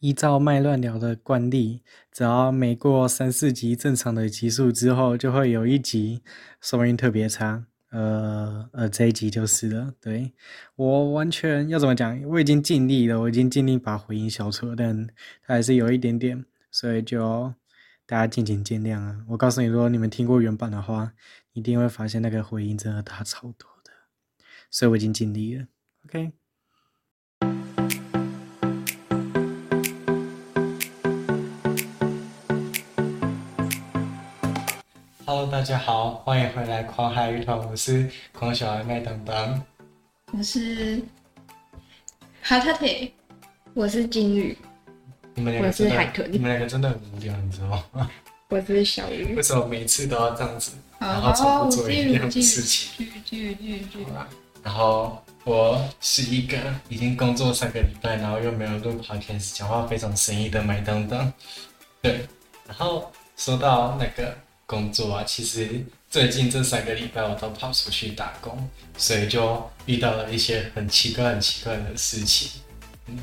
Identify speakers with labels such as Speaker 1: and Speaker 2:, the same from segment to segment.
Speaker 1: 依照麦乱聊的惯例，只要每过三四集正常的集数之后，就会有一集收音特别差。呃呃，这一集就是了。对我完全要怎么讲？我已经尽力了，我已经尽力把回音消除了，但它还是有一点点，所以就大家敬请见谅啊！我告诉你，如果你们听过原版的话，一定会发现那个回音真的大超多的，所以我已经尽力了。OK。Hello，大家好，欢迎回来《狂海鱼团》，我是狂小孩麦当当。
Speaker 2: 我是哈塔特，我是金鱼，
Speaker 1: 你们两个
Speaker 2: 我是
Speaker 1: 真的
Speaker 2: 海豚
Speaker 1: 你们两个真的很无聊，你知道 吗？
Speaker 2: 我是小鱼
Speaker 1: 为。什么每次都要这样子，
Speaker 2: 哦
Speaker 1: 然后
Speaker 2: 好，
Speaker 1: 重
Speaker 2: 我
Speaker 1: 复做
Speaker 2: 继
Speaker 1: 一
Speaker 2: 续
Speaker 1: 样的
Speaker 2: 继
Speaker 1: 事
Speaker 2: 续
Speaker 1: 情？
Speaker 2: 继续继续继续继续
Speaker 1: 好啦，然后我是一个已经工作三个礼拜，然后又没有录 podcast，讲话非常生硬的麦当当。对，然后说到那个工作啊，其实最近这三个礼拜我都跑出去打工，所以就遇到了一些很奇怪、很奇怪的事情。嗯，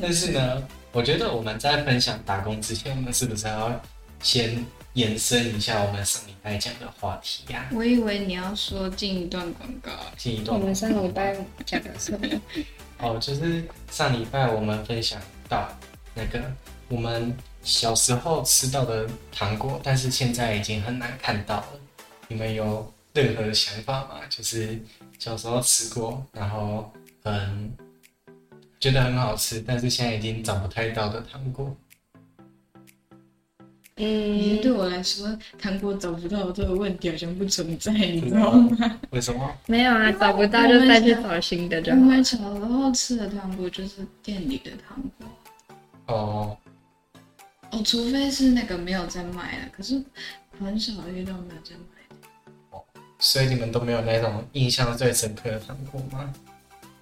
Speaker 1: 但是呢，我觉得我们在分享打工之前，我们是不是还要先延伸一下我们上礼拜讲的话题呀、
Speaker 2: 我以为你要说进一段广告。
Speaker 1: 进一段
Speaker 2: 我们上礼拜讲的什么？
Speaker 1: 哦，就是上礼拜我们分享到那个我们小时候吃到的糖果，但是现在已经很难看到了。你们有任何想法吗？就是小时候吃过，然后嗯，觉得很好吃，但是现在已经找不太到的糖 果。
Speaker 2: 其实
Speaker 3: 嗯，
Speaker 2: 对我来说，糖果找不到这个问题好像不存在，你知道吗？
Speaker 1: 为什么？
Speaker 3: 没有啊，找不到就再去找新的就
Speaker 2: 因
Speaker 3: 好。
Speaker 2: 为小时候吃的糖果就是店里的糖果。
Speaker 1: 哦，
Speaker 2: 哦，除非是那个没有在卖了，可是很少遇到没有在卖的。
Speaker 1: 所以你们都没有那种印象最深刻的糖果吗？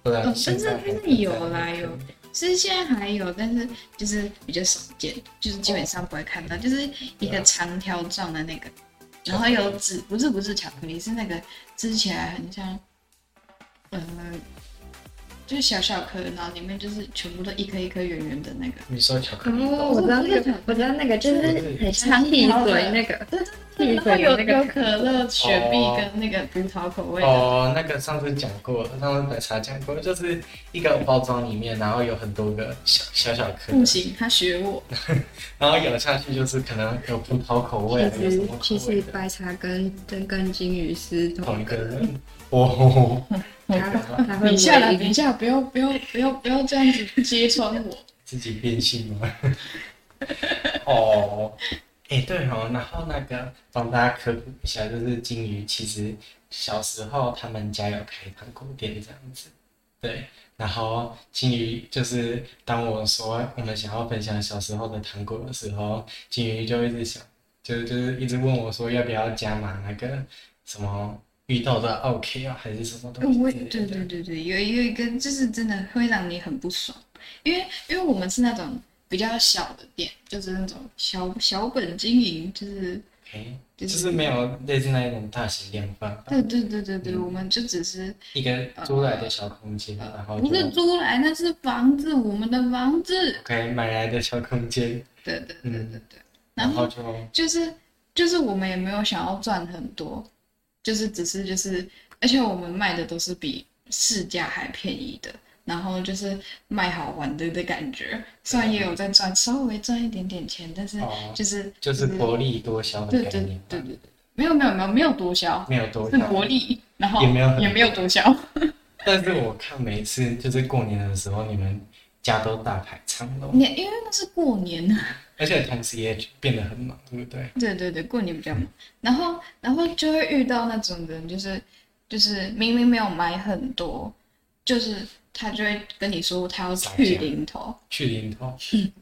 Speaker 1: 不
Speaker 2: 哦
Speaker 1: 然
Speaker 2: 但
Speaker 1: 现
Speaker 2: 是
Speaker 1: 在
Speaker 2: 真的
Speaker 1: 还
Speaker 2: 有
Speaker 1: 在
Speaker 2: 啦
Speaker 1: 那个
Speaker 2: 有是现在还有，但是就是比较少见，就是基本上不会看到，就是一个长条状的那个，然后有纸，不是不是巧克力，是那个吃起来很像，呃，就是小小颗，然后里面就是全部都一颗一颗圆圆的那个，
Speaker 1: 你说巧克力
Speaker 3: 哦，
Speaker 1: 豆
Speaker 3: 我知道那个，我知道那个就是很像汽水那个，汽
Speaker 2: 然后
Speaker 3: 水的
Speaker 2: 有
Speaker 3: 那
Speaker 2: 有
Speaker 3: 个。
Speaker 2: 可乐、雪碧跟那个葡萄口味的，
Speaker 1: 哦，那个上次讲过，上次奶茶讲过，就是一个包装里面，然后有很多个小小小颗，
Speaker 2: 不行，他学我，
Speaker 1: 然后咬下去就是可能有葡萄口味，啊
Speaker 3: 其
Speaker 1: 有什
Speaker 3: 实
Speaker 1: 么口
Speaker 3: 其
Speaker 1: 味
Speaker 3: 实
Speaker 1: 的，
Speaker 3: 白茶跟跟跟金鱼是
Speaker 1: 同
Speaker 3: 同
Speaker 1: 一
Speaker 3: 一
Speaker 1: 个
Speaker 3: 个人，
Speaker 1: 人。哦，
Speaker 3: 它它会
Speaker 2: 等一下啦，等一
Speaker 3: 一
Speaker 2: 下，不要不要不要不要这样子揭穿我，
Speaker 1: 自己变性吗？ 哦，哎、对哦，然后那个帮大家科普一下，就是金鱼其实小时候他们家有开糖果店这样子，对。然后金鱼就是当我说我们想要分享小时候的糖果的时候，金鱼就一直想，就就是一直问我说要不要加码那个什么芋头的 OK 啊，还是什么东西
Speaker 2: 嗯我
Speaker 1: 之类的？
Speaker 2: 对对对对，有有一个就是真的会让你很不爽，因为因为我们是那种比较小的店，就是那种小小本经营，就是
Speaker 1: ，OK，
Speaker 2: 就
Speaker 1: 就是没有类似那一种大型量贩吧。
Speaker 2: 对对对对对，我们就只是
Speaker 1: 一个
Speaker 2: 嗯
Speaker 1: 租来的小空间，然后
Speaker 2: 不嗯是
Speaker 1: 就
Speaker 2: 租来，那是房子，我们的房子，
Speaker 1: 可以买来的小空间，
Speaker 2: 对对对对对，
Speaker 1: 然
Speaker 2: 然
Speaker 1: 后
Speaker 2: 后
Speaker 1: 就
Speaker 2: 就是就是我们也没有想要赚很多，就是只是就是，而且我们卖的都是比市价还便宜的，然后就是卖好玩的的感觉。虽然也有在赚，稍微赚一点点钱，但是
Speaker 1: 哦，
Speaker 2: 就是
Speaker 1: 就是薄利多销的
Speaker 2: 嗯对
Speaker 1: 概
Speaker 2: 对
Speaker 1: 念
Speaker 2: 对
Speaker 1: 吧，
Speaker 2: 对对，没有没有没有没有多销，
Speaker 1: 没有多
Speaker 2: 是
Speaker 1: 销，
Speaker 2: 薄利，然后
Speaker 1: 也没有很
Speaker 2: 也没有多销。
Speaker 1: 但是我看每次就是过年的时候，你们家都大排长龙，
Speaker 2: 你因为那是过年啊。
Speaker 1: 而且同时也变得很忙，对不对？
Speaker 2: 对对对，过年比较忙，
Speaker 1: 嗯
Speaker 2: 然后然后就会遇到那种人，就是就是明明没有买很多，就是他就会跟你说他要去零头，
Speaker 1: 去零头，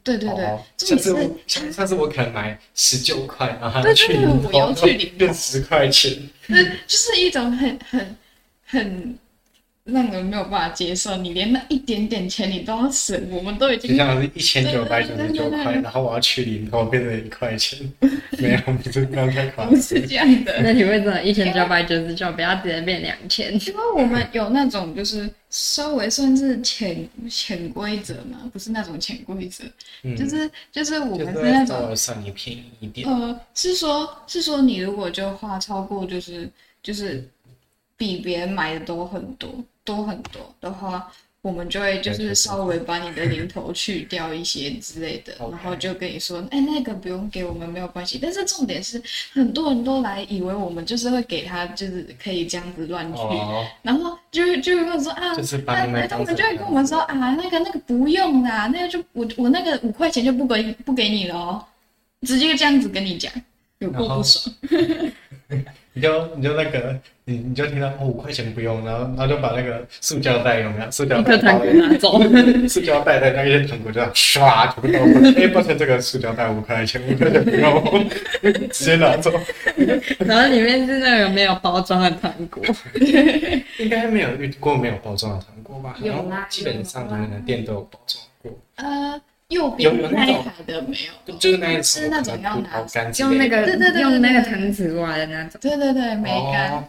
Speaker 2: 对对对，
Speaker 1: 哦上
Speaker 2: 重点是
Speaker 1: 次我上上次我可能买十九块，然后
Speaker 2: 对对
Speaker 1: 去
Speaker 2: 对
Speaker 1: 零
Speaker 2: 我要
Speaker 1: 头
Speaker 2: 去零头
Speaker 1: 变十块钱，
Speaker 2: 那就是一种很很很让人没有办法接受，你连那一点点钱你都要省，我们都已
Speaker 1: 就
Speaker 2: 经
Speaker 1: 像是一千九百九十九块，然后我要去零头变成一块 钱，没有，不是刚才夸
Speaker 2: 不是这样的。
Speaker 3: 那你为什么一千九百九十九不要直接变两千？
Speaker 2: 因为我们有那种就是稍微算是潜潜规则嘛，不是那种潜规则，
Speaker 1: 嗯，
Speaker 2: 就是就是我
Speaker 1: 就
Speaker 2: 们
Speaker 1: 是
Speaker 2: 是
Speaker 1: 会
Speaker 2: 那
Speaker 1: 稍
Speaker 2: 种
Speaker 1: 微算你便宜一点，
Speaker 2: 呃，是说是说你如果就花超过就是就是比别人买的多很多多很多的话，我们就会就
Speaker 1: 对对对
Speaker 2: 是稍微把你的零头去掉一些之类的，
Speaker 1: OK
Speaker 2: 然后就跟你说，哎，那个不用给我们没有关系。但是重点是，很多人都来以为我们就是会给他就是可以这样子乱去。
Speaker 1: 哦，
Speaker 2: 然后就会就会跟我说啊，
Speaker 1: 就是把
Speaker 2: 那
Speaker 1: 你
Speaker 2: 那
Speaker 1: 们
Speaker 2: 他
Speaker 1: 当
Speaker 2: 们
Speaker 1: 成
Speaker 2: 就会跟我们说啊，那个那个不用啦，那个就我我那个五块钱就不给不给你了哦，直接这样子跟你讲，有够
Speaker 1: 然后
Speaker 2: 不爽。
Speaker 1: 你就你就那个，你你就听到哦五块钱不用，然后然后就把那个塑胶袋有没有？塑胶
Speaker 3: 一
Speaker 1: 袋
Speaker 3: 颗
Speaker 1: 包
Speaker 3: 糖
Speaker 1: 的
Speaker 3: 果拿 走，
Speaker 1: 塑胶袋的那一些糖果就这样唰全部都过去，哎，抱歉，这个塑胶袋五块钱，五块钱不用，直接拿走。
Speaker 3: 然后里面是那个没有包装的糖果。
Speaker 1: 应该没有遇过没有包装的糖果吧？
Speaker 2: 有啦
Speaker 1: 然后基本上你们的店都有包装过，
Speaker 2: 呃，右
Speaker 1: 有有
Speaker 2: 边
Speaker 1: 那
Speaker 2: 那
Speaker 1: 种
Speaker 2: 一排的没有，
Speaker 1: 就是那一
Speaker 2: 是那种
Speaker 1: 可能
Speaker 2: 要
Speaker 1: 葡
Speaker 2: 拿
Speaker 1: 萄干之
Speaker 3: 用
Speaker 1: 类
Speaker 3: 那
Speaker 1: 的
Speaker 3: 个
Speaker 2: 对对对
Speaker 3: 用那个
Speaker 2: 对
Speaker 3: 藤子挖的那种，
Speaker 2: 对对对，梅干，
Speaker 1: 哦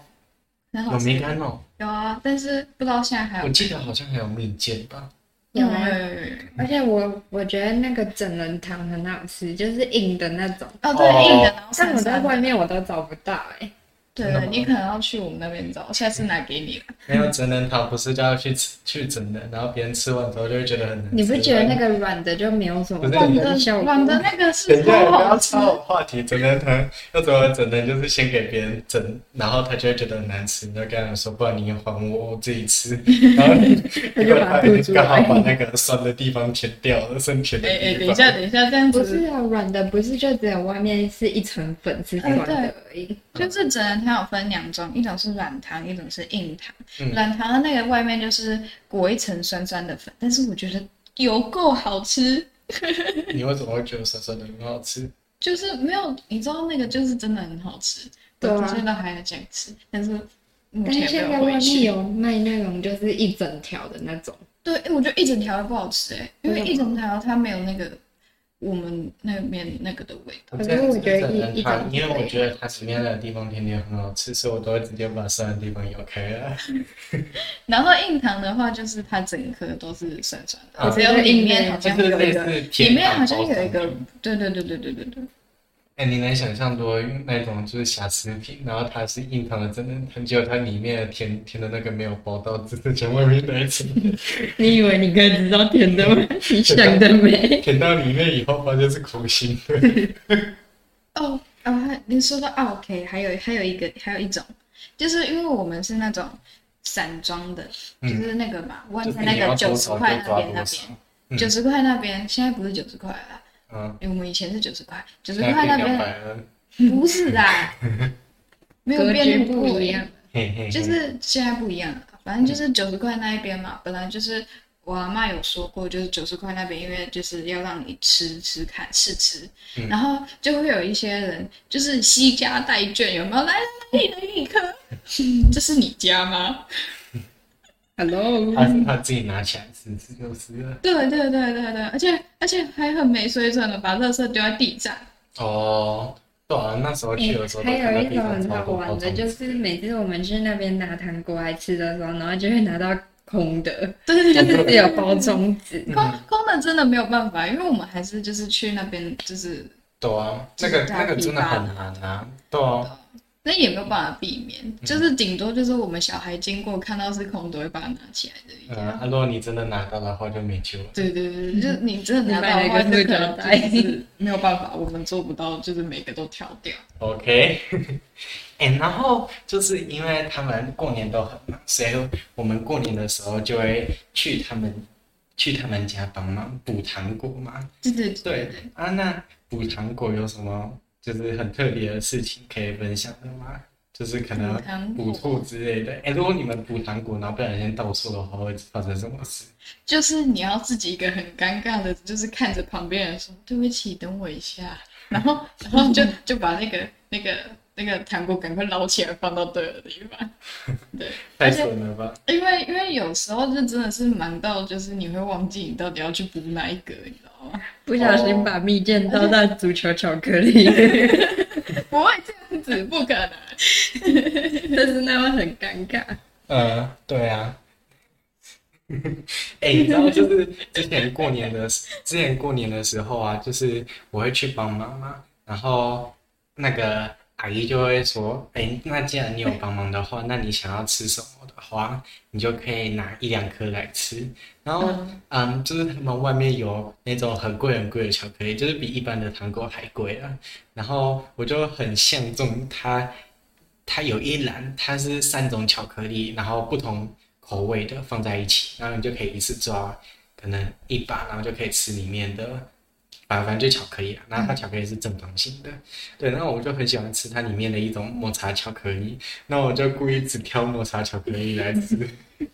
Speaker 2: 很好
Speaker 1: 有
Speaker 2: 吃
Speaker 1: 梅干哦，
Speaker 2: 有啊，但是不知道现在还有
Speaker 1: 我
Speaker 2: 没
Speaker 1: 记得好像还有蜜饯吧？
Speaker 2: 有
Speaker 3: 有啊
Speaker 2: 有有有有。
Speaker 3: 而且我我觉得那个整人糖很好吃，就是硬的那种，
Speaker 2: 哦，对，
Speaker 1: 哦
Speaker 2: 硬的，然后
Speaker 3: 但
Speaker 2: 散
Speaker 3: 我在
Speaker 2: 散的
Speaker 3: 外面我都找不到哎、
Speaker 2: 对对，你可能要去我们那边找，下次拿给你了。
Speaker 1: 没有整人糖不是就要去吃去整人，然后别人吃完之后就会觉得很难吃。
Speaker 3: 你不觉得那个软的就没有什么
Speaker 1: 不是
Speaker 3: 软
Speaker 2: 软
Speaker 3: 的
Speaker 2: 的
Speaker 3: 效果？
Speaker 2: 软的那个是
Speaker 1: 等一下，
Speaker 2: 超
Speaker 1: 不
Speaker 2: 好
Speaker 1: 要
Speaker 2: 吃
Speaker 1: 插，我话题。整人疼，要怎么整人？就是先给别人整，然后他就会觉得很难吃，你就跟他说，不然你还我，我自己吃。然后
Speaker 3: 他就把它吐出来
Speaker 1: 刚好把那个酸的地方舔掉了，剩甜的地方。
Speaker 2: 哎哎，等一下，等一下，这样
Speaker 3: 不
Speaker 2: 子
Speaker 3: 是啊，软的不是就只有外面是一层粉是
Speaker 2: 哎
Speaker 3: 软的而已，
Speaker 2: 就是整人糖有分两种，一种是软糖，一种是硬糖。
Speaker 1: 嗯
Speaker 2: 软糖的那个外面就是裹一层酸酸的粉，但是我觉得有够好吃，
Speaker 1: 你为什么会觉得酸酸的很好吃？
Speaker 2: 就是没有你知道那个就是真的很好吃，
Speaker 3: 对啊
Speaker 2: 我现在还很想吃，但是目
Speaker 3: 但是
Speaker 2: 前
Speaker 3: 现
Speaker 2: 没
Speaker 3: 在
Speaker 2: 有
Speaker 3: 外
Speaker 2: 回
Speaker 3: 面
Speaker 2: 去。
Speaker 3: 有卖那种就是一整条的那种，
Speaker 2: 对，哎我觉得一整条不好吃哎、因为
Speaker 3: 为什么
Speaker 2: 一整条它没有那个我们那边那个的味道。
Speaker 3: 可是我觉得
Speaker 1: 整
Speaker 3: 一
Speaker 1: 人糖，因为我觉得它前面那个地方甜甜很好吃，所以我都会直接把酸的地方咬开啊。
Speaker 2: 然后硬糖的话，就是它整颗都是酸酸
Speaker 1: 啊
Speaker 2: 的，只有里面好
Speaker 1: 就
Speaker 2: 像
Speaker 1: 是
Speaker 2: 有
Speaker 1: 类
Speaker 2: 一个，
Speaker 1: 似
Speaker 2: 里
Speaker 1: 甜
Speaker 2: 面好
Speaker 1: 糖
Speaker 2: 像
Speaker 1: 包
Speaker 2: 有一个
Speaker 1: 装，
Speaker 2: 对对对对对对对。
Speaker 1: 哎、你能想象多那种就是瑕疵品，然后它是硬糖的，真的，很久它里面的甜甜的那个没有包到，只是从外面那一层
Speaker 3: 你以为你可以知道甜的 吗？你想得美。
Speaker 1: 甜到里面以后，发现是空心的。
Speaker 2: 哦啊，你说到啊 OK，还有还有一个还有一种，就是因为我们是那种散装的，就
Speaker 1: 嗯，
Speaker 2: 是那个嘛，万
Speaker 1: 就
Speaker 2: 在
Speaker 1: 是
Speaker 2: 那
Speaker 1: 你要
Speaker 2: 个九
Speaker 1: 多
Speaker 2: 十
Speaker 1: 少
Speaker 2: 块
Speaker 1: 就
Speaker 2: 那
Speaker 1: 抓
Speaker 2: 边那
Speaker 1: 多少
Speaker 2: 边，。
Speaker 1: 嗯
Speaker 2: 九十块那边现在不是九十块了，
Speaker 1: 嗯，
Speaker 2: 因为我们以前是九十块，九十
Speaker 1: 现在
Speaker 2: 块那
Speaker 1: 变两
Speaker 2: 边
Speaker 1: 百了，
Speaker 2: 不 是啦，没有
Speaker 3: 格局
Speaker 2: 变那么
Speaker 3: 不一
Speaker 2: 贵
Speaker 3: 样
Speaker 1: 嘿嘿嘿，
Speaker 2: 就是现在不一样了，反正就是九十块那一边嘛，本来就是我阿妈有说过，就是九十块那边，因为就是要让你吃吃看试吃，
Speaker 1: 嗯
Speaker 2: 然后就会有一些人就是惜家带眷，有没有？来来来，一人一颗，嗯 这是你家吗？
Speaker 3: Hello，
Speaker 1: 他他自己拿起来吃吃就是了。
Speaker 2: 对对对对对，而且而且还很没水准的把垃圾丢在地上，
Speaker 1: 哦，对啊，那时候去的时候都
Speaker 3: 哎
Speaker 1: 看
Speaker 2: 哎
Speaker 3: 还
Speaker 1: 到
Speaker 3: 有一
Speaker 1: 地
Speaker 3: 种
Speaker 1: 方
Speaker 3: 很
Speaker 1: 超
Speaker 3: 好
Speaker 1: 多包
Speaker 3: 玩的，
Speaker 1: 装
Speaker 3: 就
Speaker 1: 纸，
Speaker 3: 是每次我们去那边拿糖果来吃的时候，然后就会拿到空 的，
Speaker 2: 对对
Speaker 3: 就
Speaker 2: 对
Speaker 3: 是只有包装纸。
Speaker 2: 空
Speaker 1: 嗯
Speaker 2: 空的真的没有办法，因为我们还是就是去那边就是。
Speaker 1: 对啊，
Speaker 2: 就
Speaker 1: 那
Speaker 2: 是
Speaker 1: 个
Speaker 2: 这
Speaker 1: 那
Speaker 2: 样
Speaker 1: 个
Speaker 2: 批
Speaker 1: 真的
Speaker 2: 发
Speaker 1: 很难啊，对啊，
Speaker 2: 那也没有办法避免，就是顶多就是我们小孩经过看到是空的，会把它拿起来的一
Speaker 1: 嗯，
Speaker 2: 样。
Speaker 1: 啊如果你真的拿到的话就没救了。
Speaker 2: 对对对，对就是你真的拿到
Speaker 3: 你买了
Speaker 2: 的
Speaker 3: 一
Speaker 2: 话，
Speaker 3: 个塑
Speaker 2: 就可
Speaker 3: 胶
Speaker 2: 能
Speaker 3: 袋
Speaker 2: 就是没有办法，我们做不到，就是每个都挑掉。
Speaker 1: OK，哎、然后就是因为他们过年都很忙，所以我们过年的时候就会去他们去他们家帮忙补糖果嘛。
Speaker 2: 对对
Speaker 1: 对啊，那补糖果有什么就是很特别的事情可以分享的吗？就是可能
Speaker 2: 补糖
Speaker 1: 补
Speaker 2: 果
Speaker 1: 兔之类的。哎、如果你们补糖果然后不小心倒错的话，会发生什么事？
Speaker 2: 就是你要自己一个很尴尬的，就是看着旁边人说对不起，等我一下，然后然后就就把那个那个。那个糖果赶快捞起来放到对的地方。对，
Speaker 1: 太蠢了吧？
Speaker 2: 因为因为有时候就真的是忙到，就是你会忘记你到底要去补哪一个，你知道吗？
Speaker 3: 不小心把蜜饯倒到足球巧克力，
Speaker 2: 不会这样子，不可能。
Speaker 3: 但是那会很尴尬。
Speaker 1: 呃，对啊。 哎、你知道就是之前过年的时，之前过年的时候啊，就是我会去帮妈妈，然后那个阿姨就会说，哎、那既然你有帮忙的话，那你想要吃什么的话，你就可以拿一两颗来吃。然后，嗯，就是他们外面有那种很贵很贵的巧克力，就是比一般的糖果还贵啊。然后我就很相中它它有一栏，它是三种巧克力，然后不同口味的放在一起，然后你就可以一次抓可能一把，然后就可以吃里面的，反反正就巧克力啊。然后它巧克力是正方形的，对。然后我就很喜欢吃它里面的一种抹茶巧克力，那我就故意只挑抹茶巧克力来吃。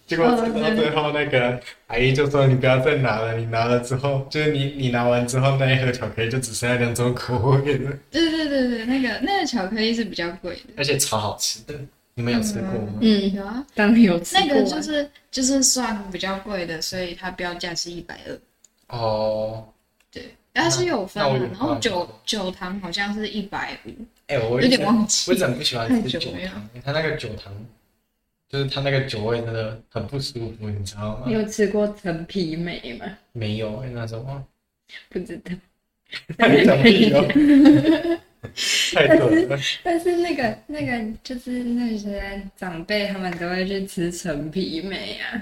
Speaker 1: 结果吃到最后，那个阿姨就说：“你不要再拿了，你拿了之后，就是你你拿完之后那一盒巧克力就只剩下两种口味了，
Speaker 2: 对对对对，那个那个巧克力是比较贵的。
Speaker 1: 而且超好吃的。
Speaker 2: 嗯
Speaker 1: 你们有啊吃过吗？
Speaker 3: 嗯，
Speaker 2: 有啊，
Speaker 3: 当然有吃
Speaker 2: 那
Speaker 3: 过
Speaker 2: 个
Speaker 3: 啊
Speaker 2: 就是就是算比较贵的，所以它标价是一百二。
Speaker 1: 哦，
Speaker 2: 对，它是有分
Speaker 1: 那我
Speaker 2: 的
Speaker 1: 有，
Speaker 2: 然后
Speaker 1: 看
Speaker 2: 九
Speaker 1: 过
Speaker 2: 九糖好像是一百五，
Speaker 1: 哎、我
Speaker 2: 有
Speaker 1: 一
Speaker 2: 点
Speaker 1: 直
Speaker 2: 忘记
Speaker 1: 我一直很不喜欢吃
Speaker 2: 太久
Speaker 1: 酒
Speaker 2: 没有
Speaker 1: 糖，它那个酒糖，就是它那个酒味真的很不舒服，你知道吗
Speaker 3: 你？有吃过陈皮梅吗？
Speaker 1: 没有哎、那种啊，
Speaker 3: 不知道。
Speaker 1: 太久没有，太准了。
Speaker 3: 但是那个那个就是那些长辈他们都会去吃陈皮梅啊，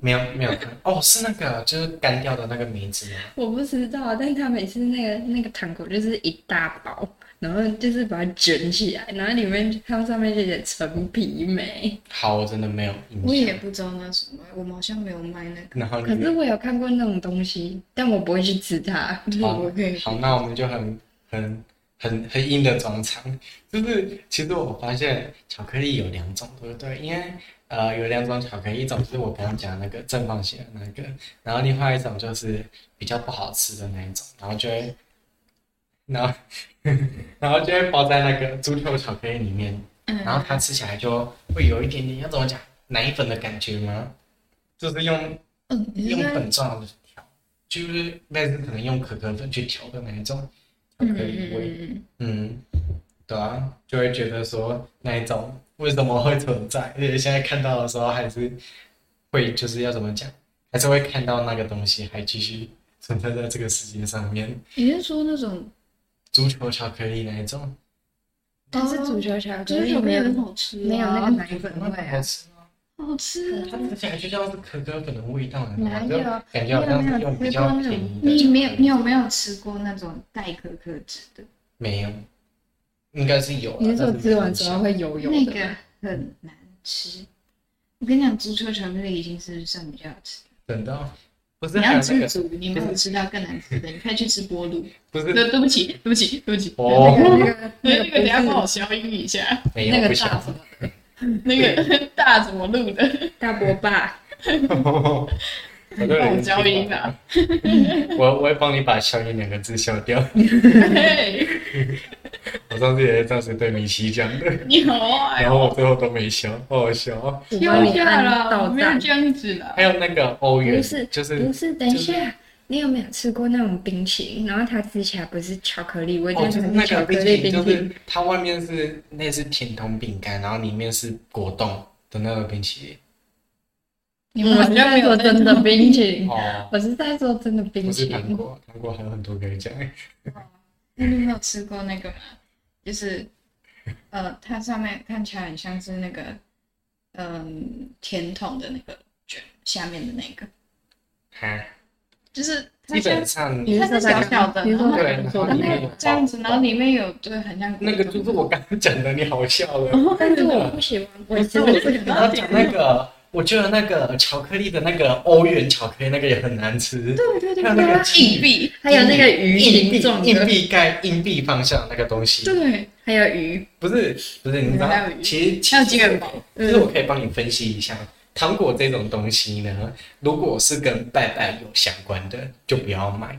Speaker 1: 没有没有看哦，是那个就是干掉的那个梅子吗？
Speaker 3: 我不知道，但他每次那个那个糖果就是一大包，然后就是把它卷起来，然后里面它上面就写陈皮梅。
Speaker 1: 好，我真的没有印象。
Speaker 2: 我也不知道那什么，我们好像没有卖那个。
Speaker 1: 然后
Speaker 3: 可
Speaker 1: 你
Speaker 3: 是我有看过那种东西，但我不会去吃它。嗯
Speaker 1: 好
Speaker 2: 我可以，
Speaker 1: 好，那我们就很很很很硬的转场，就是其实我发现巧克力有两种，对不对？因为呃有两种巧克力，一种就是我刚刚讲的那个正方形的那个，然后另外一种就是比较不好吃的那一种，然后就会，然后 然后就会包在那个足球巧克力里面，然后
Speaker 2: 嗯，
Speaker 1: 它吃起来就会有一点点要怎么讲奶粉的感觉吗？就是用
Speaker 2: 嗯，你
Speaker 1: 用
Speaker 2: 是在
Speaker 1: 粉状的调，就是类似可能用可可粉去调的那一种巧克
Speaker 2: 嗯
Speaker 1: 力
Speaker 2: 嗯
Speaker 1: 味，
Speaker 2: 嗯
Speaker 1: 嗯，对啊，就会觉得说那一种为什么会存在，而且现在看到的时候还是会就是要怎么讲，还是会看到那个东西还继续存在在这个世界上面，
Speaker 2: 你是说那种
Speaker 1: 足球巧克力那一种，
Speaker 3: 但是足球巧
Speaker 2: 哦就
Speaker 3: 克
Speaker 2: 是
Speaker 3: 力
Speaker 2: 有
Speaker 3: 没
Speaker 2: 没
Speaker 3: 有
Speaker 2: 有很好吃啊，
Speaker 3: 没有那个奶粉
Speaker 1: 那
Speaker 3: 味
Speaker 1: 很好
Speaker 3: 啊，
Speaker 1: 吃吗？
Speaker 2: 好吃啊，
Speaker 1: 它吃起来就像是可可粉的味道，啊你知道吗？
Speaker 3: 哪
Speaker 1: 就
Speaker 3: 有
Speaker 1: 感觉好像是用比较
Speaker 3: 没有没有吃过那种
Speaker 1: 便宜的巧克力
Speaker 2: 你啊没有你有没有吃过那种带可可脂的？
Speaker 1: 没有，应该是有啦。
Speaker 3: 你是说
Speaker 1: 但是
Speaker 3: 吃
Speaker 1: 没
Speaker 3: 完
Speaker 1: 印
Speaker 3: 之
Speaker 1: 象
Speaker 3: 后会油油
Speaker 2: 那
Speaker 3: 的
Speaker 2: 个
Speaker 3: 吗？
Speaker 2: 很难吃。我跟你讲，足球巧克力已经是算比较好吃。
Speaker 1: 等到不是
Speaker 2: 你
Speaker 1: 还有
Speaker 2: 要
Speaker 1: 那
Speaker 2: 吃
Speaker 1: 个
Speaker 2: 煮，你没有吃到更难吃的，你可以去吃波露。
Speaker 1: 不是
Speaker 2: 对，对不起，对不起，对不起。
Speaker 3: 那
Speaker 1: 哦，
Speaker 3: 个那个
Speaker 2: 那
Speaker 3: 那
Speaker 2: 个那个，
Speaker 3: 个
Speaker 2: 等下帮
Speaker 3: 不
Speaker 2: 我
Speaker 3: 是
Speaker 2: 消音一下。
Speaker 1: 没
Speaker 3: 那
Speaker 1: 有
Speaker 3: 个
Speaker 1: 不
Speaker 3: 大
Speaker 1: 想
Speaker 3: 什，么
Speaker 2: 那个大怎么录的？
Speaker 3: 大 波霸，
Speaker 1: 我都
Speaker 2: 帮
Speaker 1: 有
Speaker 2: 我
Speaker 1: 点
Speaker 2: 消音
Speaker 1: 了。
Speaker 2: 啊！
Speaker 1: 我我会帮你把“消音”两个字消掉。
Speaker 2: 嘿，
Speaker 1: 我上次也是这样子对米奇讲的，
Speaker 2: 你好
Speaker 3: 哎
Speaker 2: 坏
Speaker 1: 然
Speaker 2: 哦，
Speaker 1: 后我最后都没消，好好笑哦。
Speaker 3: 我帮
Speaker 2: 休
Speaker 3: 你
Speaker 2: 下
Speaker 3: 按
Speaker 2: 了，
Speaker 3: 到
Speaker 2: 不要
Speaker 3: 站
Speaker 2: 这。样子了
Speaker 1: 还。有那个欧元
Speaker 3: 不是，
Speaker 1: 就是
Speaker 3: 不是，等一
Speaker 1: 就是
Speaker 3: 下， 你有没有吃过那种冰淇淋？然后它吃起来不是巧克力味，
Speaker 1: 哦，
Speaker 3: 但
Speaker 1: 就是
Speaker 3: 它
Speaker 1: 那
Speaker 3: 是
Speaker 1: 个
Speaker 3: 巧克
Speaker 1: 冰
Speaker 3: 力
Speaker 1: 淇淋，
Speaker 3: 冰
Speaker 1: 就
Speaker 3: 淇淋
Speaker 1: 是。它外面是类似甜筒饼干，然后里面是果冻的那个冰淇
Speaker 2: 你
Speaker 3: 我是在说真的冰淇
Speaker 1: 淋。
Speaker 3: 淋，
Speaker 1: 哦，
Speaker 3: 我是在说真的嗯冰
Speaker 1: 不是
Speaker 3: 淇
Speaker 1: 糖
Speaker 3: 淋。
Speaker 1: 果，糖果还有很多可以讲。
Speaker 2: 那你有没有吃过那个吗？就是，呃，它上面看起来很像是那个，嗯，甜筒的那个卷下面的那个，
Speaker 1: 哈，
Speaker 2: 就是它
Speaker 1: 基
Speaker 2: 像
Speaker 1: 本上
Speaker 3: 你是说
Speaker 2: 它
Speaker 3: 那
Speaker 2: 是小小
Speaker 3: 个
Speaker 2: 的
Speaker 3: 吗？你是说
Speaker 1: 对
Speaker 3: 那个
Speaker 1: 然后
Speaker 3: 做
Speaker 1: 里面
Speaker 3: 的？
Speaker 1: 有
Speaker 2: 这样子，然后里面有对，很像
Speaker 1: 那个
Speaker 2: 果
Speaker 1: 就
Speaker 2: 冻
Speaker 1: 是我刚刚讲的，你好笑了。
Speaker 3: 但是我不喜欢，我
Speaker 1: 是
Speaker 3: 吃
Speaker 1: 我
Speaker 3: 的
Speaker 1: 是你要讲那个，我觉得那个巧克力的那个欧元巧克力那个也很难吃，
Speaker 3: 对对对
Speaker 1: 还有那
Speaker 3: 对
Speaker 1: 个
Speaker 3: 啊，
Speaker 1: 气
Speaker 2: 硬币，
Speaker 3: 还有那个鱼
Speaker 1: 硬币
Speaker 3: 形状
Speaker 1: 硬
Speaker 3: 的，
Speaker 1: 币盖硬币方向那个东西，
Speaker 2: 对，
Speaker 3: 还有鱼，
Speaker 1: 不是不是，你知道
Speaker 2: 还有，鱼
Speaker 1: 其实
Speaker 2: 还有金元宝，
Speaker 3: 嗯
Speaker 1: 其实我可以帮你分析一下。糖果这种东西呢，如果是跟拜拜有相关的，就不要买，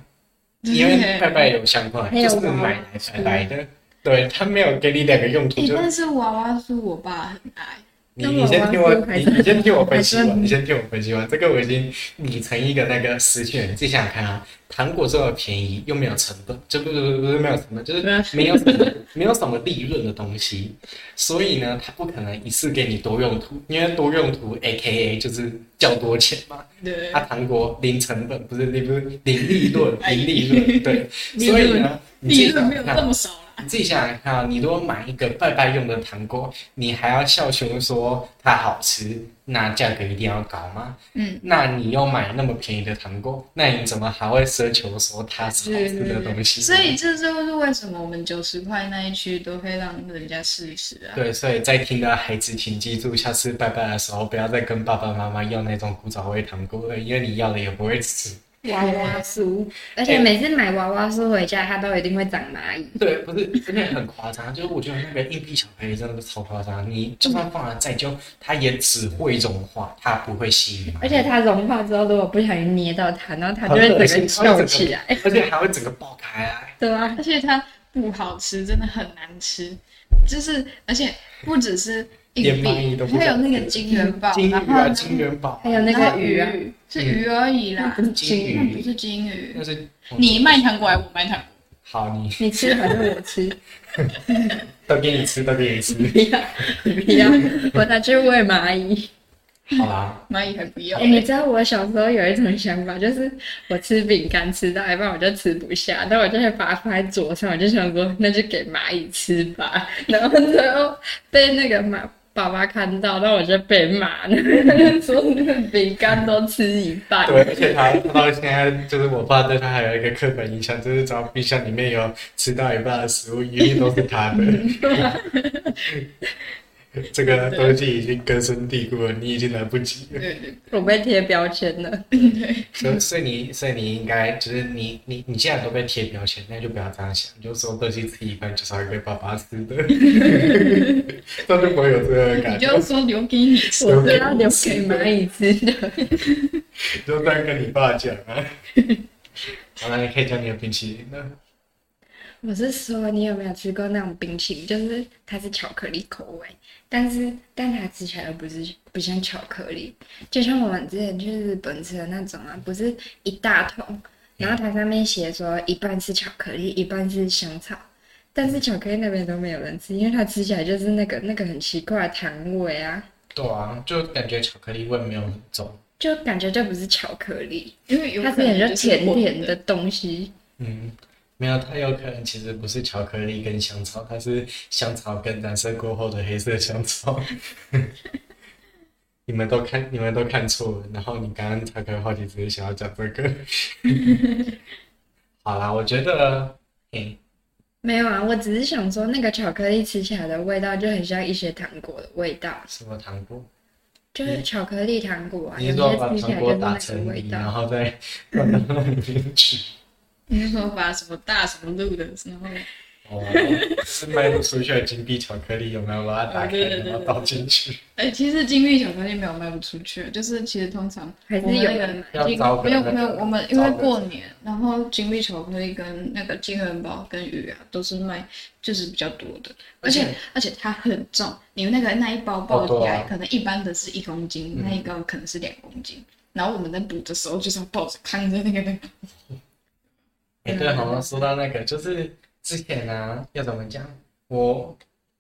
Speaker 1: 因为拜拜有相关，
Speaker 3: 还有
Speaker 1: 就是
Speaker 3: 娃娃
Speaker 1: 买来拜拜的。对他没有给你两个用
Speaker 3: 哎
Speaker 1: 途，
Speaker 2: 诶，
Speaker 1: 就
Speaker 2: 哎但是娃娃酥我爸很爱，
Speaker 1: 你你先听我，你你先听我分析完，你先听我分析完，这个我已经理成一个那个思绪了。你自己想想看啊，糖果这么便宜又没有成本，就不不不不是没有成本，
Speaker 2: 啊
Speaker 1: 就是没有什么没有什么利润的东西，所以呢，它不可能一次给你多用途，因为多用途 A K A 就是较多钱嘛。
Speaker 2: 对啊
Speaker 1: 它糖果零成本，不是零不是零利润，零利润 对，所以呢，你自
Speaker 2: 利
Speaker 1: 己
Speaker 2: 润
Speaker 1: 想
Speaker 2: 没有
Speaker 1: 想
Speaker 2: 那
Speaker 1: 看。
Speaker 2: 么少啦。
Speaker 1: 你自己想想看啊，你如果买一个拜拜用的糖果，你还要笑穷说它好吃，那价格一定要高吗？
Speaker 2: 嗯，
Speaker 1: 那你又买那么便宜的糖果，那你怎么还会奢求说它是好吃的东西？
Speaker 2: 所以这就是为什么我们九十块那一区都会让人家试一试啊。
Speaker 1: 对，所以在听的孩子请记住，下次拜拜的时候不要再跟爸爸妈妈要那种古早味糖果了，因为你要了也不会吃。
Speaker 2: 啊
Speaker 3: 娃娃酥，而且每次买娃娃酥回家，它都一定会长蚂蚁。
Speaker 1: 对，不是，而且很夸张，就是我觉得那个硬币小朋友真的是超夸张，你就算放了再久，它也只会融化，它不会吸引。
Speaker 3: 而且它融化之后，如果不小心捏到它，然后它就会整个翘起来。
Speaker 1: 而且还会整个爆开来。
Speaker 3: 对啊，
Speaker 2: 而且它不好吃，真的很难吃。就是而且不只是硬
Speaker 1: 连蚂蚁
Speaker 2: 币
Speaker 1: 都，不
Speaker 2: 还有
Speaker 1: 敢
Speaker 2: 那个
Speaker 1: 吃
Speaker 2: 金元宝，
Speaker 1: 金鱼
Speaker 2: 然后
Speaker 1: 啊，
Speaker 2: 呢
Speaker 1: 金元宝，
Speaker 3: 还有那
Speaker 2: 然
Speaker 3: 个
Speaker 2: 后
Speaker 3: 鱼啊，
Speaker 2: 鱼是鱼而已啦，
Speaker 3: 不是
Speaker 1: 金
Speaker 3: 金
Speaker 1: 鱼嗯
Speaker 3: 鱼，
Speaker 2: 那不是金鱼
Speaker 1: 那。是
Speaker 2: 你卖糖果还是我卖糖果？
Speaker 1: 好，你
Speaker 3: 你吃还是我 吃？
Speaker 1: 都给你吃，都给你 吃。
Speaker 3: 不要，不要，我拿去喂蚂蚁。
Speaker 1: 好啦，
Speaker 2: 蚂蚁还不要
Speaker 3: 哎、
Speaker 2: 嘞、
Speaker 3: 你知道我小时候有一种想法，就是我吃饼干吃到一半我就吃不下，但我就会把它放在桌上，我就想说那就给蚂蚁吃吧。然后最后被那个妈爸爸看到，那我就被骂了， 说那个饼干都吃一半。
Speaker 1: 对，而且他他到现在就是我爸对他还有一个刻板印象，就是只要冰箱里面有吃到一半的食物，一定都是他的。这个东西已经根深蒂固了，你已经来不及了。
Speaker 2: 对对
Speaker 3: 我被贴标签了。
Speaker 1: 所
Speaker 2: 嗯
Speaker 1: 以所以你所以你应该就是你你你既然都被贴标签，那就不要这样想，你就说东西吃一半就是要给爸爸吃的， 那就不会有这个
Speaker 2: 对，
Speaker 1: 感
Speaker 2: 你
Speaker 1: 觉。
Speaker 2: 就说留给你吃
Speaker 3: 我是要留给蚂蚁吃的。
Speaker 1: 你就这样跟你爸讲啊。 好了，你可以讲你的冰淇淋了。
Speaker 3: 我是说，你有没有吃过那种冰淇淋？就是它是巧克力口味，但是但它吃起来又不是不像巧克力，就像我们之前去日本吃的那种啊，不是一大桶，然后它上面写说一半是巧克力，一半是香草，但是巧克力那边都没有人吃，因为它吃起来就是那个那个很奇怪的糖味啊，
Speaker 1: 对啊，就感觉巧克力味没有很重。
Speaker 3: 就感觉这不是巧克力，
Speaker 2: 因为有
Speaker 3: 它
Speaker 2: 可
Speaker 3: 是很
Speaker 2: 能
Speaker 3: 就
Speaker 2: 就是
Speaker 3: 甜
Speaker 2: 混
Speaker 3: 甜的。东西。
Speaker 1: 嗯，没有，它有可能其实不是巧克力跟香草，它是香草跟染色过后的黑色香草。 你们都看，你们都看错了。然后你刚刚岔开话题，只是想要讲这个。 好啦，我觉得，诶、
Speaker 3: 没有啊，我只是想说，那个巧克力吃起来的味道就很像一些糖果的味道，
Speaker 1: 什么糖果？
Speaker 3: 就是巧克力糖果啊，
Speaker 1: 你
Speaker 3: 有
Speaker 1: 是说
Speaker 3: 些
Speaker 1: 把
Speaker 3: 吃起
Speaker 1: 糖
Speaker 3: 来
Speaker 1: 果
Speaker 3: 就是
Speaker 1: 打
Speaker 3: 那个
Speaker 1: 成
Speaker 3: 味
Speaker 1: 泥，然
Speaker 3: 道。
Speaker 1: 后 再放到那里面去？
Speaker 2: 你是说把什么大什么路的，然后
Speaker 1: 哦，是卖不出去的金币巧克力有没有？把它打
Speaker 2: 哦
Speaker 1: 开，
Speaker 2: 对对对
Speaker 1: 然后倒进去。
Speaker 2: 哎、其实金币巧克力没有卖不出去，就是其实通常
Speaker 3: 还是
Speaker 2: 我们
Speaker 3: 有
Speaker 2: 那个
Speaker 3: 人
Speaker 1: 要
Speaker 2: 金
Speaker 1: 找个
Speaker 2: 没有
Speaker 1: 那
Speaker 2: 没有
Speaker 1: 个
Speaker 2: 我们因为
Speaker 1: 找个
Speaker 2: 过年，然后金币巧克力跟那个金元宝跟鱼啊都是卖就是比较多的，而且而且它很重，你们那个那一包
Speaker 1: 哦
Speaker 2: 包
Speaker 1: 嗯对啊
Speaker 2: 起来、可能一般的是一公斤，
Speaker 1: 嗯
Speaker 2: 那一个可能是两公斤。然后我们在补的时候，就是要抱着扛着那个那个，
Speaker 1: 哎、
Speaker 2: 嗯
Speaker 1: 对，好像说到那个，就是之前啊，要怎么讲？我，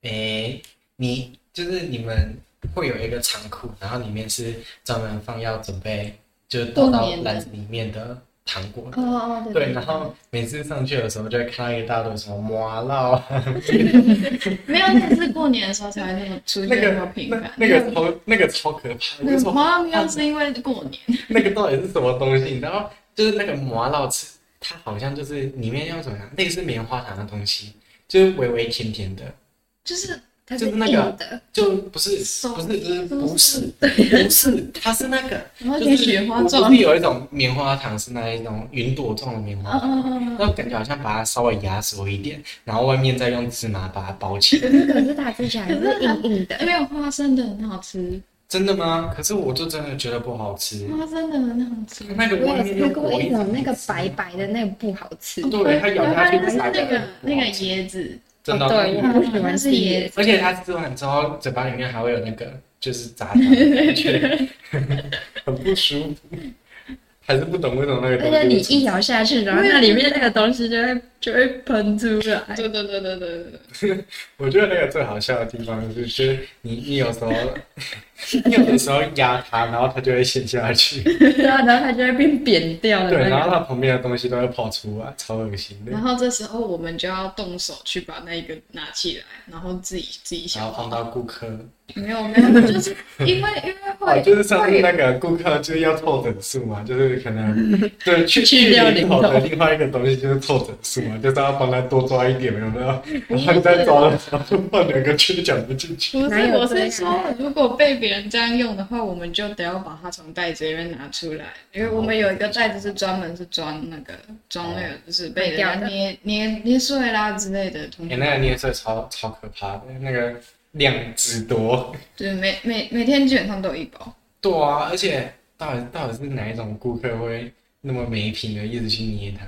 Speaker 1: 哎、你就是你们会有一个仓库，然后里面是专门放要准备，就是倒到
Speaker 2: 过年的
Speaker 1: 篮子里面的糖果的。
Speaker 3: 哦哦，对
Speaker 1: 对，然后每次上去的时候，就会看到一大堆什么麻辣啊，
Speaker 2: 没有，那是过年的时候才会那么出 现
Speaker 1: 那个
Speaker 2: 那么频
Speaker 1: 那
Speaker 2: 繁。
Speaker 1: 那个超那个超可怕，
Speaker 2: 那
Speaker 1: 为什么
Speaker 2: 个花喵是因为过年，
Speaker 1: 那个到底是什么东西？你知道，就是那个麻辣吃，它好像就是里面要怎么样，类似棉花糖的东西，就是微微甜甜的，
Speaker 2: 就是
Speaker 3: 它
Speaker 1: 就是是那个
Speaker 3: 硬的，
Speaker 1: 就不是
Speaker 2: 手
Speaker 1: 不是不是
Speaker 2: 手
Speaker 1: 不是 不是，它是那个
Speaker 2: 然后
Speaker 1: 就
Speaker 2: 点
Speaker 1: 是
Speaker 2: 雪花
Speaker 1: 我
Speaker 2: 状
Speaker 1: 不是，有一种棉花糖是那一种云朵状的棉
Speaker 2: 嗯
Speaker 1: 花糖，
Speaker 2: 嗯嗯嗯，
Speaker 1: 那感觉好像把它稍微压缩一点，然后外面再用芝麻把它包起 来。
Speaker 3: 可是它吃起来是硬硬的
Speaker 2: 因。为花生的很好吃，
Speaker 1: 真的吗？可是我就真的觉得不好吃，
Speaker 2: 花生的很好吃。
Speaker 1: 嗯那个
Speaker 3: 我
Speaker 1: 外
Speaker 3: 有
Speaker 1: 面
Speaker 3: 吃
Speaker 1: 又
Speaker 3: 过
Speaker 1: 裹
Speaker 3: 一
Speaker 1: 层
Speaker 3: 种那个白白的那个不好吃，
Speaker 1: 对，它咬下去
Speaker 2: 就是
Speaker 1: 白
Speaker 2: 那
Speaker 1: 白
Speaker 2: 个
Speaker 1: 的
Speaker 2: 那个椰子，
Speaker 1: 真的、
Speaker 3: 哦对
Speaker 2: 嗯
Speaker 3: 我不喜欢
Speaker 2: 但是
Speaker 3: 吃
Speaker 2: 也
Speaker 1: 而且它吃完之后，嘴巴里面还会有那个就是炸弹的感觉，很不舒服。还是不懂为什么那个
Speaker 3: 而且
Speaker 1: 东
Speaker 3: 你
Speaker 1: 西
Speaker 3: 一咬下去，然后那里面那个东西就会就会喷出 来。
Speaker 2: 对对对对对对，
Speaker 1: 我觉得那个最好笑的地方是，就是你你有时候你有的时候压它，然后它就会陷下去，
Speaker 3: 对啊，然后它就会变扁掉的
Speaker 1: 对，然
Speaker 3: 那
Speaker 1: 后
Speaker 3: 个。
Speaker 1: 它旁边的东西都会跑出来，超恶心的
Speaker 2: 然。后这时候我们就要动手去把那一个拿起来，然后自己自己
Speaker 1: 然
Speaker 2: 想
Speaker 1: 后。放到顾客，
Speaker 2: 没有没有，就是因为因为
Speaker 1: 嗯哦，
Speaker 2: 会
Speaker 1: 就是上次
Speaker 2: 会
Speaker 1: 那个顾客就是要凑整数嘛，就是可 能对去
Speaker 3: 去掉
Speaker 1: 零
Speaker 3: 零
Speaker 1: 头
Speaker 3: 头
Speaker 1: 的另外一个东西就是凑整数嘛，就是要帮他多抓一点，有 没有？
Speaker 3: 哎
Speaker 1: 然后你再抓的时候放两个缺角不进去，
Speaker 2: 不
Speaker 3: 哪
Speaker 2: 是，
Speaker 3: 有
Speaker 2: 我
Speaker 3: 这
Speaker 2: 是
Speaker 3: 样
Speaker 2: 说，如果被别人这样用的话，我们就得要把它从袋子里面拿出来，因为我们有一个袋子是专门是装那个装那个，就是被人
Speaker 3: 很
Speaker 2: 家
Speaker 3: 屌的
Speaker 2: 捏捏捏碎啦之类的东
Speaker 1: 哎、
Speaker 2: 西。
Speaker 1: 那个捏碎超超可怕的，那个量之多。
Speaker 2: 就是每每每天基本上都有一包。
Speaker 1: 对啊，而且到底到底是哪一种顾客会那么没品的一直去捏它？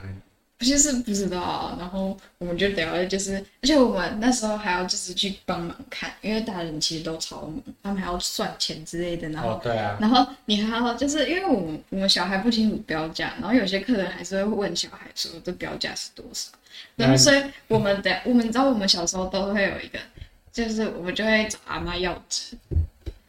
Speaker 2: 就是不知道啊，然后我们就聊，就是而且我们那时候还要就是去帮忙看，因为大人其实都超忙，他们还要算钱之类的，然后
Speaker 1: 哦，对啊，
Speaker 2: 然后你还要就是因为我们我们小孩不清楚标价，然后有些客人还是会问小孩说这标价是多少，然后
Speaker 1: 嗯
Speaker 2: 所以我们的我们你知道我们小时候都会有一个，就是我们就会找阿妈要纸，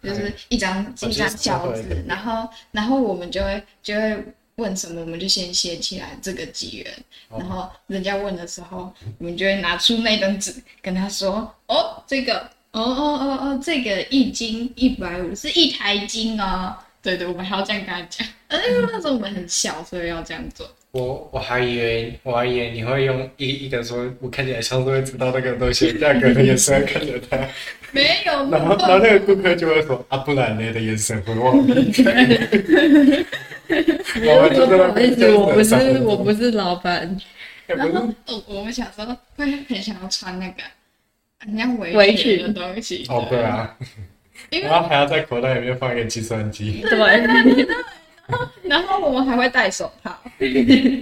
Speaker 1: 哎
Speaker 2: 就是一张
Speaker 1: 我
Speaker 2: 一
Speaker 1: 觉得
Speaker 2: 张
Speaker 1: 啊是
Speaker 2: 小
Speaker 1: 会的
Speaker 2: 纸，然后然后我们就会就会问什么，我们就先写起来这个几元，
Speaker 1: 哦
Speaker 2: 然后人家问的时候，我们就会拿出那张纸跟他说，哦，这个，哦哦哦哦，这个一斤一百五是一台斤哦。对对，我们还要这样跟他讲，呃因为那时候我们很小，所以要这样做。
Speaker 1: 我我还以为我还以为你会用一一个说，我看起来像是会知道那个东西的价格的眼神看着他，
Speaker 2: 没有，
Speaker 1: 然后然后那个顾客就会说啊，不然呢的眼神回望你。我们就在
Speaker 3: 不
Speaker 1: 那
Speaker 3: 好意
Speaker 1: 边
Speaker 3: 思，我不是
Speaker 1: 僵持了
Speaker 3: 我不是老板，
Speaker 1: 也不
Speaker 2: 然
Speaker 1: 是
Speaker 2: 后哦，我们小时候会很想要穿那个很像围
Speaker 3: 围
Speaker 2: 裙
Speaker 3: 裙
Speaker 2: 的东西。
Speaker 1: 哦，对，啊，
Speaker 2: 因为
Speaker 1: 然后还要在口袋里面放一个计算机，
Speaker 3: 对，
Speaker 2: 然后我们还会戴手套，因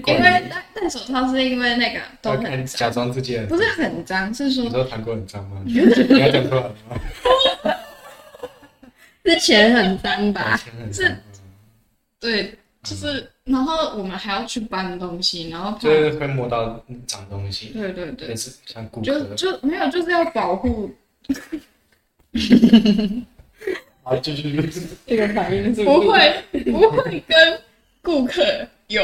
Speaker 2: 为戴戴手套是因为那个都很
Speaker 1: 假
Speaker 2: 脏，
Speaker 1: 装自己很
Speaker 2: 不是很脏，是
Speaker 1: 你
Speaker 2: 说
Speaker 1: 说糖果很脏吗？你要讲出来吗？
Speaker 3: 之前很脏吧？
Speaker 1: 是
Speaker 2: 对，就是，然后我们还要去搬东西，然后怕，
Speaker 1: 就是会摸到脏东西，
Speaker 2: 对对
Speaker 1: 也
Speaker 2: 对，
Speaker 1: 是像顾
Speaker 2: 就
Speaker 1: 客。
Speaker 2: 就没有，就是要保护。
Speaker 1: 啊，继 续。
Speaker 3: 这个反应
Speaker 2: 不会不会跟顾客有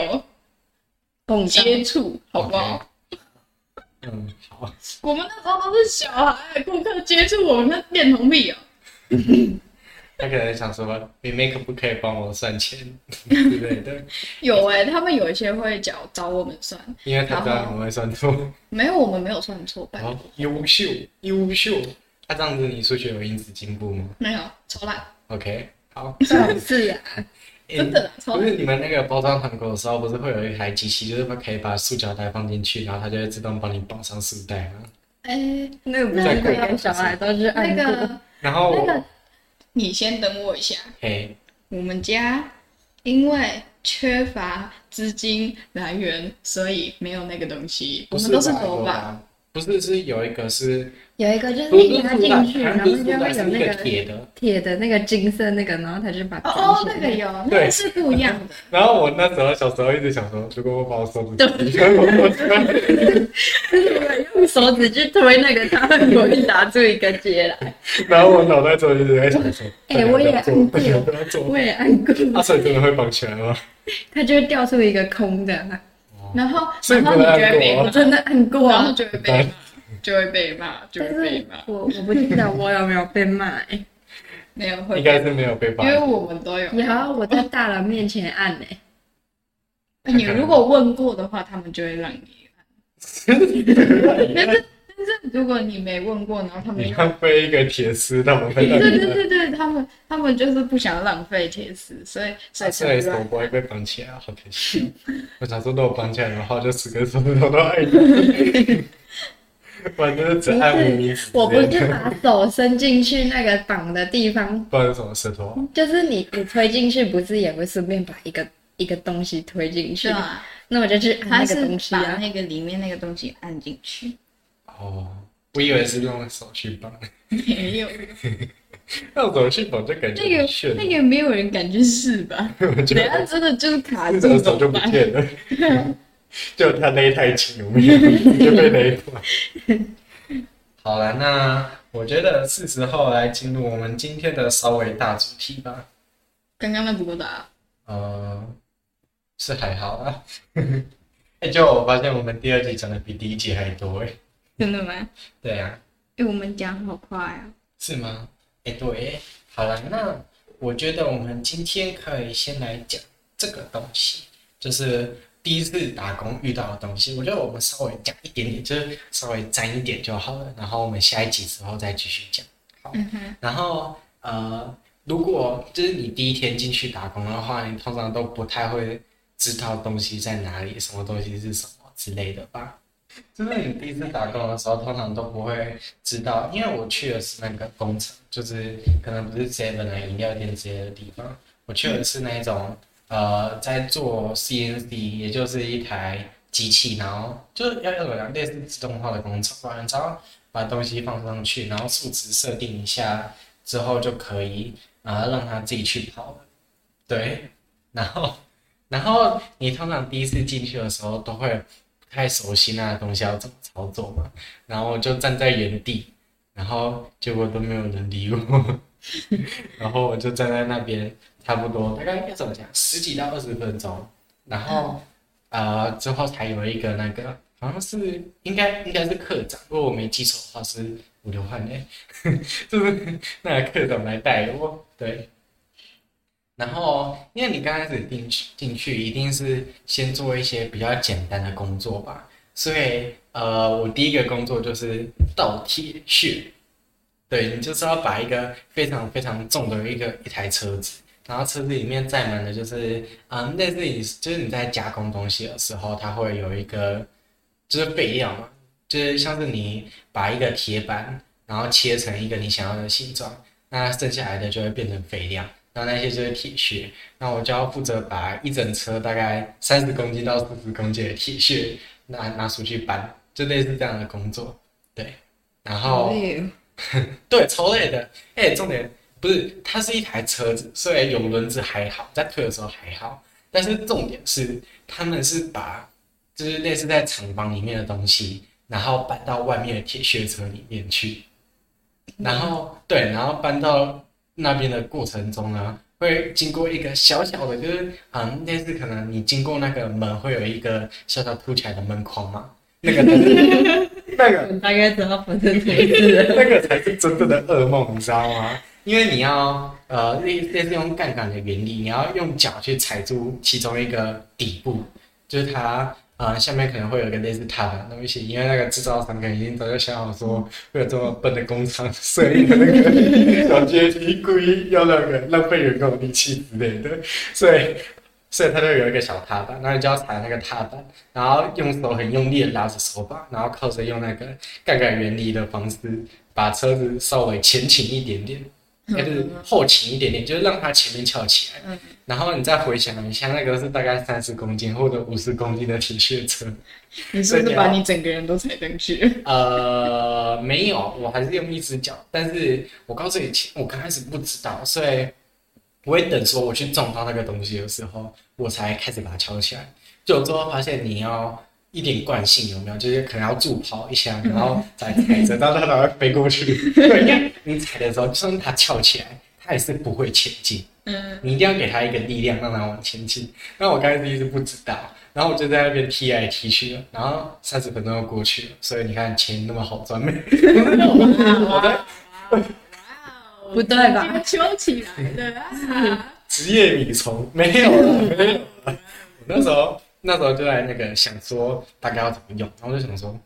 Speaker 3: 膨胀，
Speaker 2: 接触，好不好？
Speaker 1: 嗯，好，
Speaker 2: 我们那时候都是小孩，顾客接触我们那恋童癖哦。
Speaker 1: 他可能想说，你妹可不可以帮我算钱之类的，
Speaker 2: 有哎、他们有一些会找找我们算，
Speaker 1: 因为他知道你会算错。
Speaker 2: 没有我们没有算错，拜
Speaker 1: 然
Speaker 2: 托
Speaker 1: 后优秀，优秀。他、这样子，你数学有因此进步吗
Speaker 2: 没有超烂，
Speaker 1: ？OK，好。 哎
Speaker 3: 是啊，
Speaker 2: 真的啦超
Speaker 1: 不是你们那个包装糖果的时候，不是会有一台机器，就是可以把塑胶袋放进去，然后它就会自动帮你绑上塑袋吗？
Speaker 2: 哎、
Speaker 3: 那个不是每个小孩都是
Speaker 2: 那
Speaker 3: 按过，
Speaker 2: 个
Speaker 1: 然后
Speaker 2: 那
Speaker 1: 我，
Speaker 2: 个，你先等我一下。
Speaker 1: 嘿，
Speaker 2: 我们家因为缺乏资金来源，所以没有那个东西。我
Speaker 1: 不
Speaker 2: 们都是
Speaker 1: 吧
Speaker 2: 头发，
Speaker 1: 吧？不是，是有一个是，
Speaker 3: 有一个就是
Speaker 1: 不是
Speaker 3: 你
Speaker 1: 不
Speaker 3: 压
Speaker 1: 是
Speaker 3: 进去，
Speaker 1: 不
Speaker 3: 然
Speaker 1: 是
Speaker 3: 后
Speaker 1: 不
Speaker 3: 就是会有
Speaker 1: 是一
Speaker 3: 那
Speaker 1: 个
Speaker 3: 个
Speaker 1: 铁的。
Speaker 3: 铁的那个金色那个，然后他就把
Speaker 2: 哦哦，那
Speaker 3: 装起
Speaker 2: 个
Speaker 3: 来
Speaker 2: 有，那
Speaker 1: 对
Speaker 2: 个是不一样的。
Speaker 1: 然后我那时候小时候一直想说，如果我把我手指头，我我
Speaker 3: 用手指去推那个，它很容易打出一个结来。
Speaker 1: 然后我脑袋中一直在想说，
Speaker 3: 哎我也
Speaker 1: 不要做，
Speaker 3: 按过
Speaker 1: 不要不要做。
Speaker 3: 我也按过，
Speaker 1: 阿水真的会绑起来吗？
Speaker 3: 它就会掉出一个空的。
Speaker 2: 然后，
Speaker 1: 所以
Speaker 2: 然
Speaker 1: 不
Speaker 2: 后
Speaker 1: 能
Speaker 2: 你
Speaker 1: 按过
Speaker 2: 就会被
Speaker 3: 我
Speaker 1: 啊
Speaker 2: 骂，
Speaker 3: 真的按过
Speaker 2: 然后
Speaker 3: 啊，
Speaker 2: 就会被骂，就会被骂，就
Speaker 3: 但
Speaker 2: 会
Speaker 3: 是
Speaker 2: 被骂。
Speaker 3: 我我不记得我有没有被骂、欸。
Speaker 2: 没有
Speaker 1: 应
Speaker 2: 会，
Speaker 1: 该是没有被绑
Speaker 2: 因。为我们都有。
Speaker 3: 然后我在大人面前按哎、
Speaker 2: 哎你如果问过的话，他们就会让你。但是但是如果你没问过，然后他们
Speaker 1: 你要背一个铁丝，他们会让
Speaker 2: 对对
Speaker 1: 你
Speaker 2: 对对，他们他们就是不想浪费铁丝，所以所以
Speaker 1: 按。
Speaker 2: 才
Speaker 1: 啊所以
Speaker 2: 不让
Speaker 1: 手不会被绑起来，好可惜哦。我想说，如果绑起来的话，就十个手指头都 按一下。反正只按无名指之类的。
Speaker 3: 我不是把手伸进去那个绑的地方，
Speaker 1: 不然是什么石头啊？
Speaker 3: 就是你你推进去，不是也会顺便把一个一个东西推进去？
Speaker 2: 对啊，
Speaker 3: 那我就去按
Speaker 2: 他
Speaker 3: 那
Speaker 2: 是
Speaker 3: 个东西
Speaker 2: 把
Speaker 3: 啊。
Speaker 2: 那个里面那个东西按进去，
Speaker 1: 哦，我以为是用手去绑，
Speaker 2: 没有，
Speaker 1: 用手去绑就感觉
Speaker 2: 那
Speaker 1: 很
Speaker 2: 个
Speaker 1: 炫，
Speaker 2: 那个啊没有人感觉是 吧？
Speaker 1: 我觉
Speaker 2: 等一下
Speaker 1: 得
Speaker 2: 真的就是卡住
Speaker 1: 这个
Speaker 2: 怎
Speaker 1: 手就
Speaker 2: 么
Speaker 1: 不
Speaker 2: 办？
Speaker 1: 见了， 就他勒太紧，我们也就被勒断。好了，那我觉得是时候来进入我们今天的稍微大主题吧。
Speaker 2: 刚刚那不够大，
Speaker 1: 呃，是还好啊。哎、 就我发现我们第二集讲的比第一集还多哎、
Speaker 2: 真的吗？
Speaker 1: 对啊呀、
Speaker 2: 哎，我们讲好快啊！
Speaker 1: 是吗？哎、对，好了，那我觉得我们今天可以先来讲这个东西，就是第一次打工遇到的东西。我觉得我们稍微讲一点点，就是稍微沾一点就好了。然后我们下一集之后再继续讲。
Speaker 2: 嗯哼，
Speaker 1: 然后呃，如果就是你第一天进去打工的话，你通常都不太会知道东西在哪里，什么东西是什么之类的吧？就是你第一次打工的时候，通常都不会知道，因为我去的是那个工厂，就是可能不是 seven 啊饮料店之类的地方，我去的是那种呃在做 CNC，也就是一台机器，然后就是要要怎么讲，类似自动化的工厂吧，你知道把东西放上去，然后数值设定一下之后就可以，然后让它自己去跑了。对，然后 然后你通常第一次进去的时候都会不太熟悉那个东西要怎么操作嘛，然后我就站在原地，然后结果都没有人理我， 然后我就站在那边差不多大概要怎么讲十几到二十分钟，然后呃之后才有一个那个。好像是应该应该是科长，如果我没记错的话是五六汉诶， 就是那个科长来带我，对。然后，因为你刚开始进去进去，一定是先做一些比较简单的工作吧，所以呃，我第一个工作就是倒铁屑，对你就是要把一个非常非常重的一个一台车子，然后车子里面载满的就是嗯，类似你就是你在加工东西的时候，它会有一个就是备料嘛，就是像是你把一个铁板，然后切成一个你想要的形状，那剩下来的就会变成肥料，然后那些就是铁屑，那我就要负责把一整车大概三十公斤到四十公斤的铁屑拿拿出去搬，就类似这样的工作，对，然后。
Speaker 3: 累哦，
Speaker 1: 对，超累的。哎、重点不是，它是一台车子，所以有轮子还好，在推的时候还好。但是重点是，他们是把就是类似在厂房里面的东西，然后搬到外面的铁屑车里面去。然后对，然后搬到那边的过程中呢，会经过一个小小的，就是嗯，类似可能你经过那个门会有一个小小凸起来的门框嘛，那个才是那个
Speaker 3: 我大概知道发 生什么事了。
Speaker 1: 那个才是真正的噩梦，你知道吗？因为你要呃，类类似用杠杆的原理，你要用脚去踩住其中一个底部，就是它呃下面可能会有一个类似踏板的东西，因为那个制造商可能已经早就想好说会有这么笨的工厂设立的那个 小阶梯，故意要那个浪费员工的力气之类的， 所以所以它就有一个小踏板，然后你就要踩那个踏板，然后用手很用力的拉着手把，然后靠着用那个杠杆原理的方式，把车子稍微前倾一点点，还是后倾一点点，就是让它前面翘起来。
Speaker 2: 嗯
Speaker 1: 然后你再回想一下，那个是大概三十公斤或者五十公斤的铁屑车。
Speaker 2: 你是不是把你整个人都踩上去？
Speaker 1: 呃，没有，我还是用一只脚。但是我告诉你，其我刚开始不知道，所以我会等说我去撞到那个东西的时候，我才开始把它敲起来。就最后发现你要一点惯性有没有？就是可能要助跑一下，然后再踩着，然后它才会飞过去。对，因为你踩的时候，就算它翘起来，它也是不会前进。
Speaker 2: 嗯，
Speaker 1: 你一定要给他一个力量，让他往前进。那我刚开始一直不知道，然后我就在那边踢来踢去的，然后三十分钟就过去了。所以你看钱那么好赚没？我的
Speaker 3: 不 对吧
Speaker 2: 这个揪起来的啊！
Speaker 1: 职业米虫没有了，没有了。我那时候那时候就在那个想说大概要怎么用，然后就想说，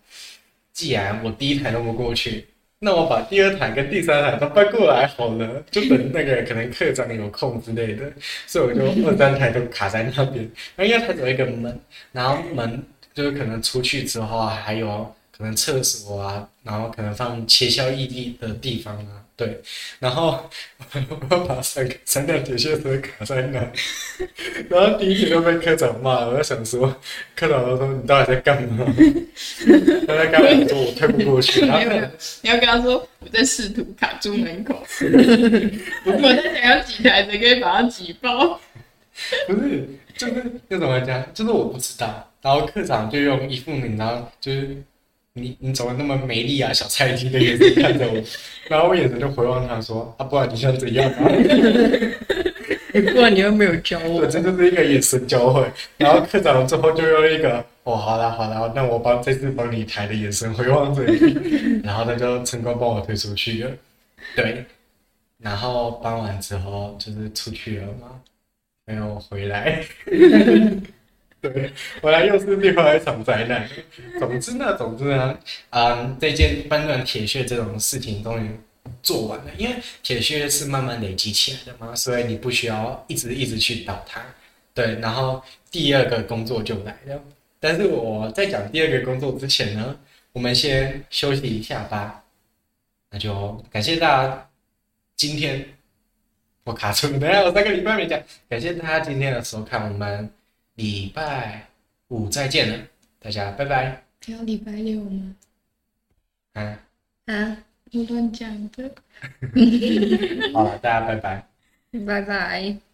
Speaker 1: 既然我第一台弄不过去，那我把第二台跟第三台都搬过来好了，就等那个可能课长有空之类的， 所以我就二三台都卡在那边。然后因为它只有一个门，然后门就是可能出去之后还有可能厕所啊，然后可能放切削异地的地方啊，对，然后我把三个三辆铁屑车卡在那， 然后第一题就被科长骂了，我在想说，科长都说你到底在干嘛？他在干嘛？我说我推不过去，然
Speaker 2: 没有没
Speaker 1: 后
Speaker 2: 有，你要跟他说我在试图卡住 门口，我在想要挤台子可以把它挤爆。
Speaker 1: 不是，就是要怎么讲？就是我不知道。然后课长就用一副你，然后就是你你怎么那么没力啊，小菜鸡的眼神看着我，然后我眼神就回望他说啊，不然你想怎样啊？
Speaker 3: 不然你又没有教我
Speaker 1: 对，这就是一个眼神交汇。然后课长最后就用一个哦，好啦好啦，那我帮这次帮你抬的眼神回望这里，然后他就成功帮我推出去了。对，然后搬完之后就是出去了嘛，没有回来。 对，回来又是另外一场灾难。总之呢，总之呢，嗯，这件搬砖铁屑这种事情终于做完了，因为铁屑是慢慢累积起来的嘛，所以你不需要一直一直去倒它。对，然后第二个工作就来了。但是我在讲第二个工作之前呢，我们先休息一下吧。那就感谢大家今天我卡住了，等一下我三个礼拜没讲，感谢大家今天的收看，我们礼拜五再见了，大家拜拜。
Speaker 2: 还有礼拜六吗？
Speaker 1: 嗯，
Speaker 3: 啊，
Speaker 2: 我乱讲的。
Speaker 1: 好了，大家拜拜。
Speaker 3: 拜拜。